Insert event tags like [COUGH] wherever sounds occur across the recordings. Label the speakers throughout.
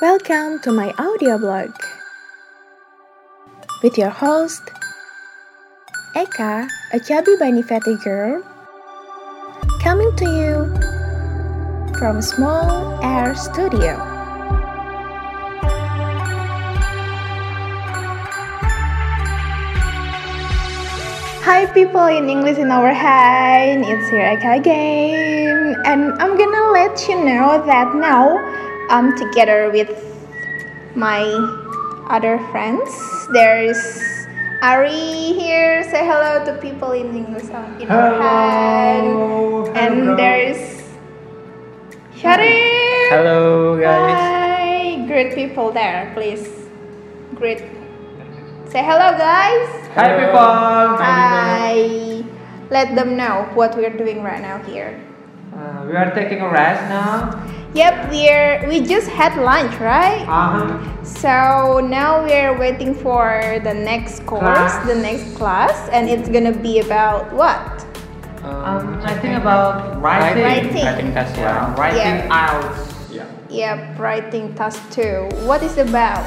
Speaker 1: Welcome to my audio blog with your host Eka, a chubby bunny fatty girl, coming to you from Small Air Studio. Hi, people in English in our hand, it's here Eka again, and I'm gonna let you know that now I'm together with my other friends. There's Ari here. Say hello to people in English on in our hand.
Speaker 2: Hello.
Speaker 1: And there's Sharif.
Speaker 2: Hello guys.
Speaker 1: Hi, great people there, please. Great. Say hello, guys.
Speaker 2: Hi people.
Speaker 1: Hi. Let them know what we're doing right now here.
Speaker 2: Uh, we are taking a rest now.
Speaker 1: Yep, we're we just had lunch, right?
Speaker 2: Uh-huh.
Speaker 1: So now we're waiting for the next course,
Speaker 2: Class.
Speaker 1: the next class, and it's gonna be about what?
Speaker 2: Um, I think about writing.
Speaker 1: Writing.
Speaker 3: I think that's
Speaker 2: Yeah,
Speaker 3: right.
Speaker 2: writing out.
Speaker 3: Yeah.
Speaker 1: Yep, writing task two. What is about?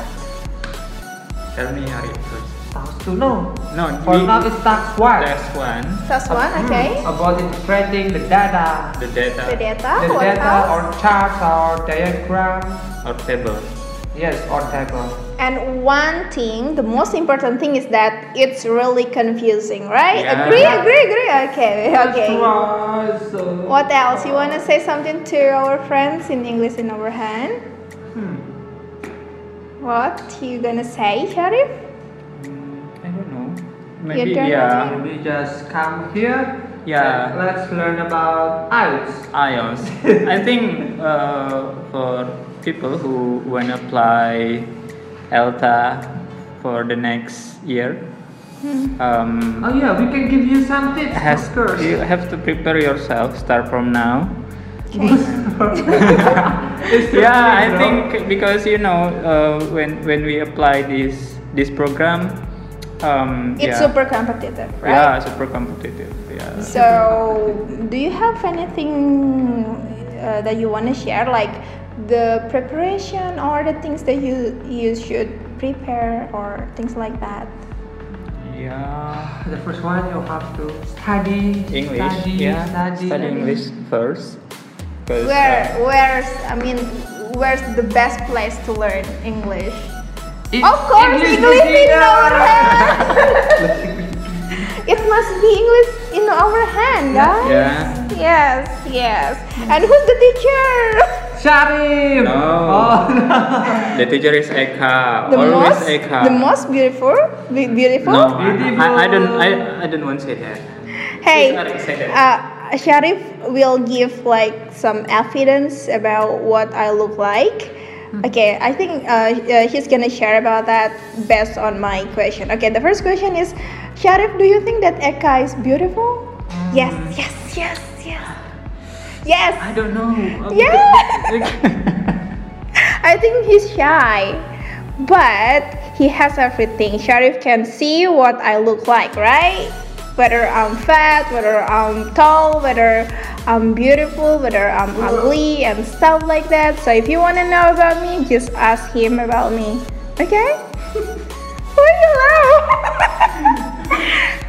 Speaker 3: Tell me how it first.
Speaker 2: Task to know.
Speaker 3: No,
Speaker 2: For
Speaker 3: we-
Speaker 2: now it's task one.
Speaker 3: That's one.
Speaker 1: Task one,
Speaker 2: Hmm,
Speaker 1: okay.
Speaker 2: About interpreting the data.
Speaker 1: The
Speaker 3: The data
Speaker 1: data,
Speaker 2: the
Speaker 1: what
Speaker 2: data
Speaker 1: else?
Speaker 2: or charts or diagram.
Speaker 3: or table.
Speaker 2: Yes, or table.
Speaker 1: And one thing, the most important thing is that it's really confusing, right?
Speaker 3: Yeah.
Speaker 1: Agree, agree, agree. Okay, okay.
Speaker 2: Right, so-
Speaker 1: What else? You wanna say something to our friends in English in our hand?
Speaker 2: Hmm.
Speaker 1: What you gonna say, Sharif?
Speaker 3: I don't know.
Speaker 1: Maybe, turn,
Speaker 3: yeah.
Speaker 2: We just come here. and
Speaker 3: Yeah.
Speaker 2: Let's learn about IELTS.
Speaker 3: [LAUGHS] IELTS. I think uh, for people who want to apply ELTA for the next year, um,
Speaker 2: Oh yeah, we can give you some tips.
Speaker 3: has,
Speaker 2: of course.
Speaker 3: you have to prepare yourself. Start from now.
Speaker 2: It's the
Speaker 3: yeah i
Speaker 2: thing, bro.
Speaker 3: think because you know uh, when when we apply this this program um
Speaker 1: It's
Speaker 3: yeah,
Speaker 1: super competitive,
Speaker 3: yeah
Speaker 1: right?
Speaker 3: super competitive yeah
Speaker 1: So, do you have anything uh, that you want to share, like the preparation or the things that you you should prepare or things like that?
Speaker 3: yeah
Speaker 2: The first one you have to study
Speaker 3: english
Speaker 2: Study,
Speaker 3: yeah
Speaker 2: study,
Speaker 3: english first 'Cause,
Speaker 1: Where
Speaker 3: uh,
Speaker 1: where's I mean, where's the best place to learn English?
Speaker 2: It's
Speaker 1: Of course, English, in our hand. [LAUGHS] it must be English in our hand, guys.
Speaker 3: uh, yeah
Speaker 1: Yes, yes. And who's the teacher?
Speaker 2: Sharif.
Speaker 3: No.
Speaker 2: Oh, [LAUGHS] no.
Speaker 3: the teacher is Eka.
Speaker 1: the
Speaker 3: Always
Speaker 1: most
Speaker 3: Eka.
Speaker 1: the most beautiful be- beautiful
Speaker 3: No, I, I, I don't. I,
Speaker 2: Beautiful.
Speaker 3: I don't want to say
Speaker 1: [LAUGHS]
Speaker 3: that.
Speaker 1: hey
Speaker 3: Please, Alex, say that.
Speaker 1: uh, sharif will give like some evidence about what i look like
Speaker 3: Hmm.
Speaker 1: okay i think uh, uh, he's gonna share about that based on my question okay the first question is sharif do you think that eka is beautiful
Speaker 3: Hmm.
Speaker 1: yes yes yes yes yes
Speaker 3: I don't know.
Speaker 1: Yeah. i think he's shy but he has everything sharif can see what i look like right whether i'm fat whether i'm tall whether i'm beautiful whether i'm ugly and stuff like that so if you want to know about me just ask him about me okay [LAUGHS] why you laugh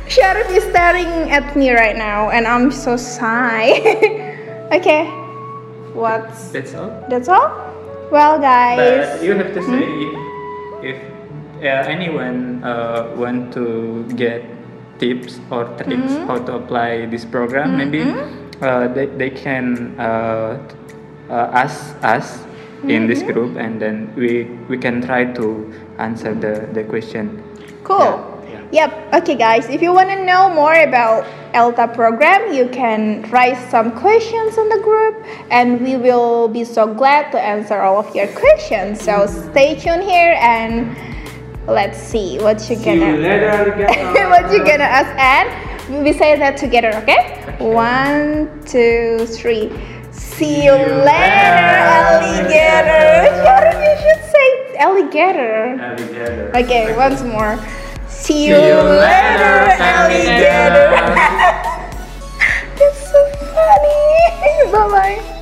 Speaker 1: [LAUGHS] sharif is staring at me right now and i'm so shy [LAUGHS] okay what's
Speaker 3: That's all.
Speaker 1: that's all well guys
Speaker 3: But you have to say if, if uh, anyone uh, want to get tips or tricks how to apply this program, maybe uh, they, they can uh, uh, ask us in this group, and then we we can try to answer the the question.
Speaker 1: Cool.
Speaker 3: Yeah,
Speaker 1: Yep. Okay, guys. If you want to know more about ELTA program, you can write some questions in the group, and we will be so glad to answer all of your questions. So stay tuned here, and let's see what you
Speaker 2: See you
Speaker 1: gonna
Speaker 2: later. Get
Speaker 1: [LAUGHS] what you gonna ask, and we say that together. Okay? One, two, three. See you later, alligator. Sharon, you should say alligator.
Speaker 2: Alligator.
Speaker 1: Okay, once more. See you,
Speaker 3: you
Speaker 1: later,
Speaker 3: later,
Speaker 1: [LAUGHS] alligator. That's so funny. [LAUGHS] bye bye.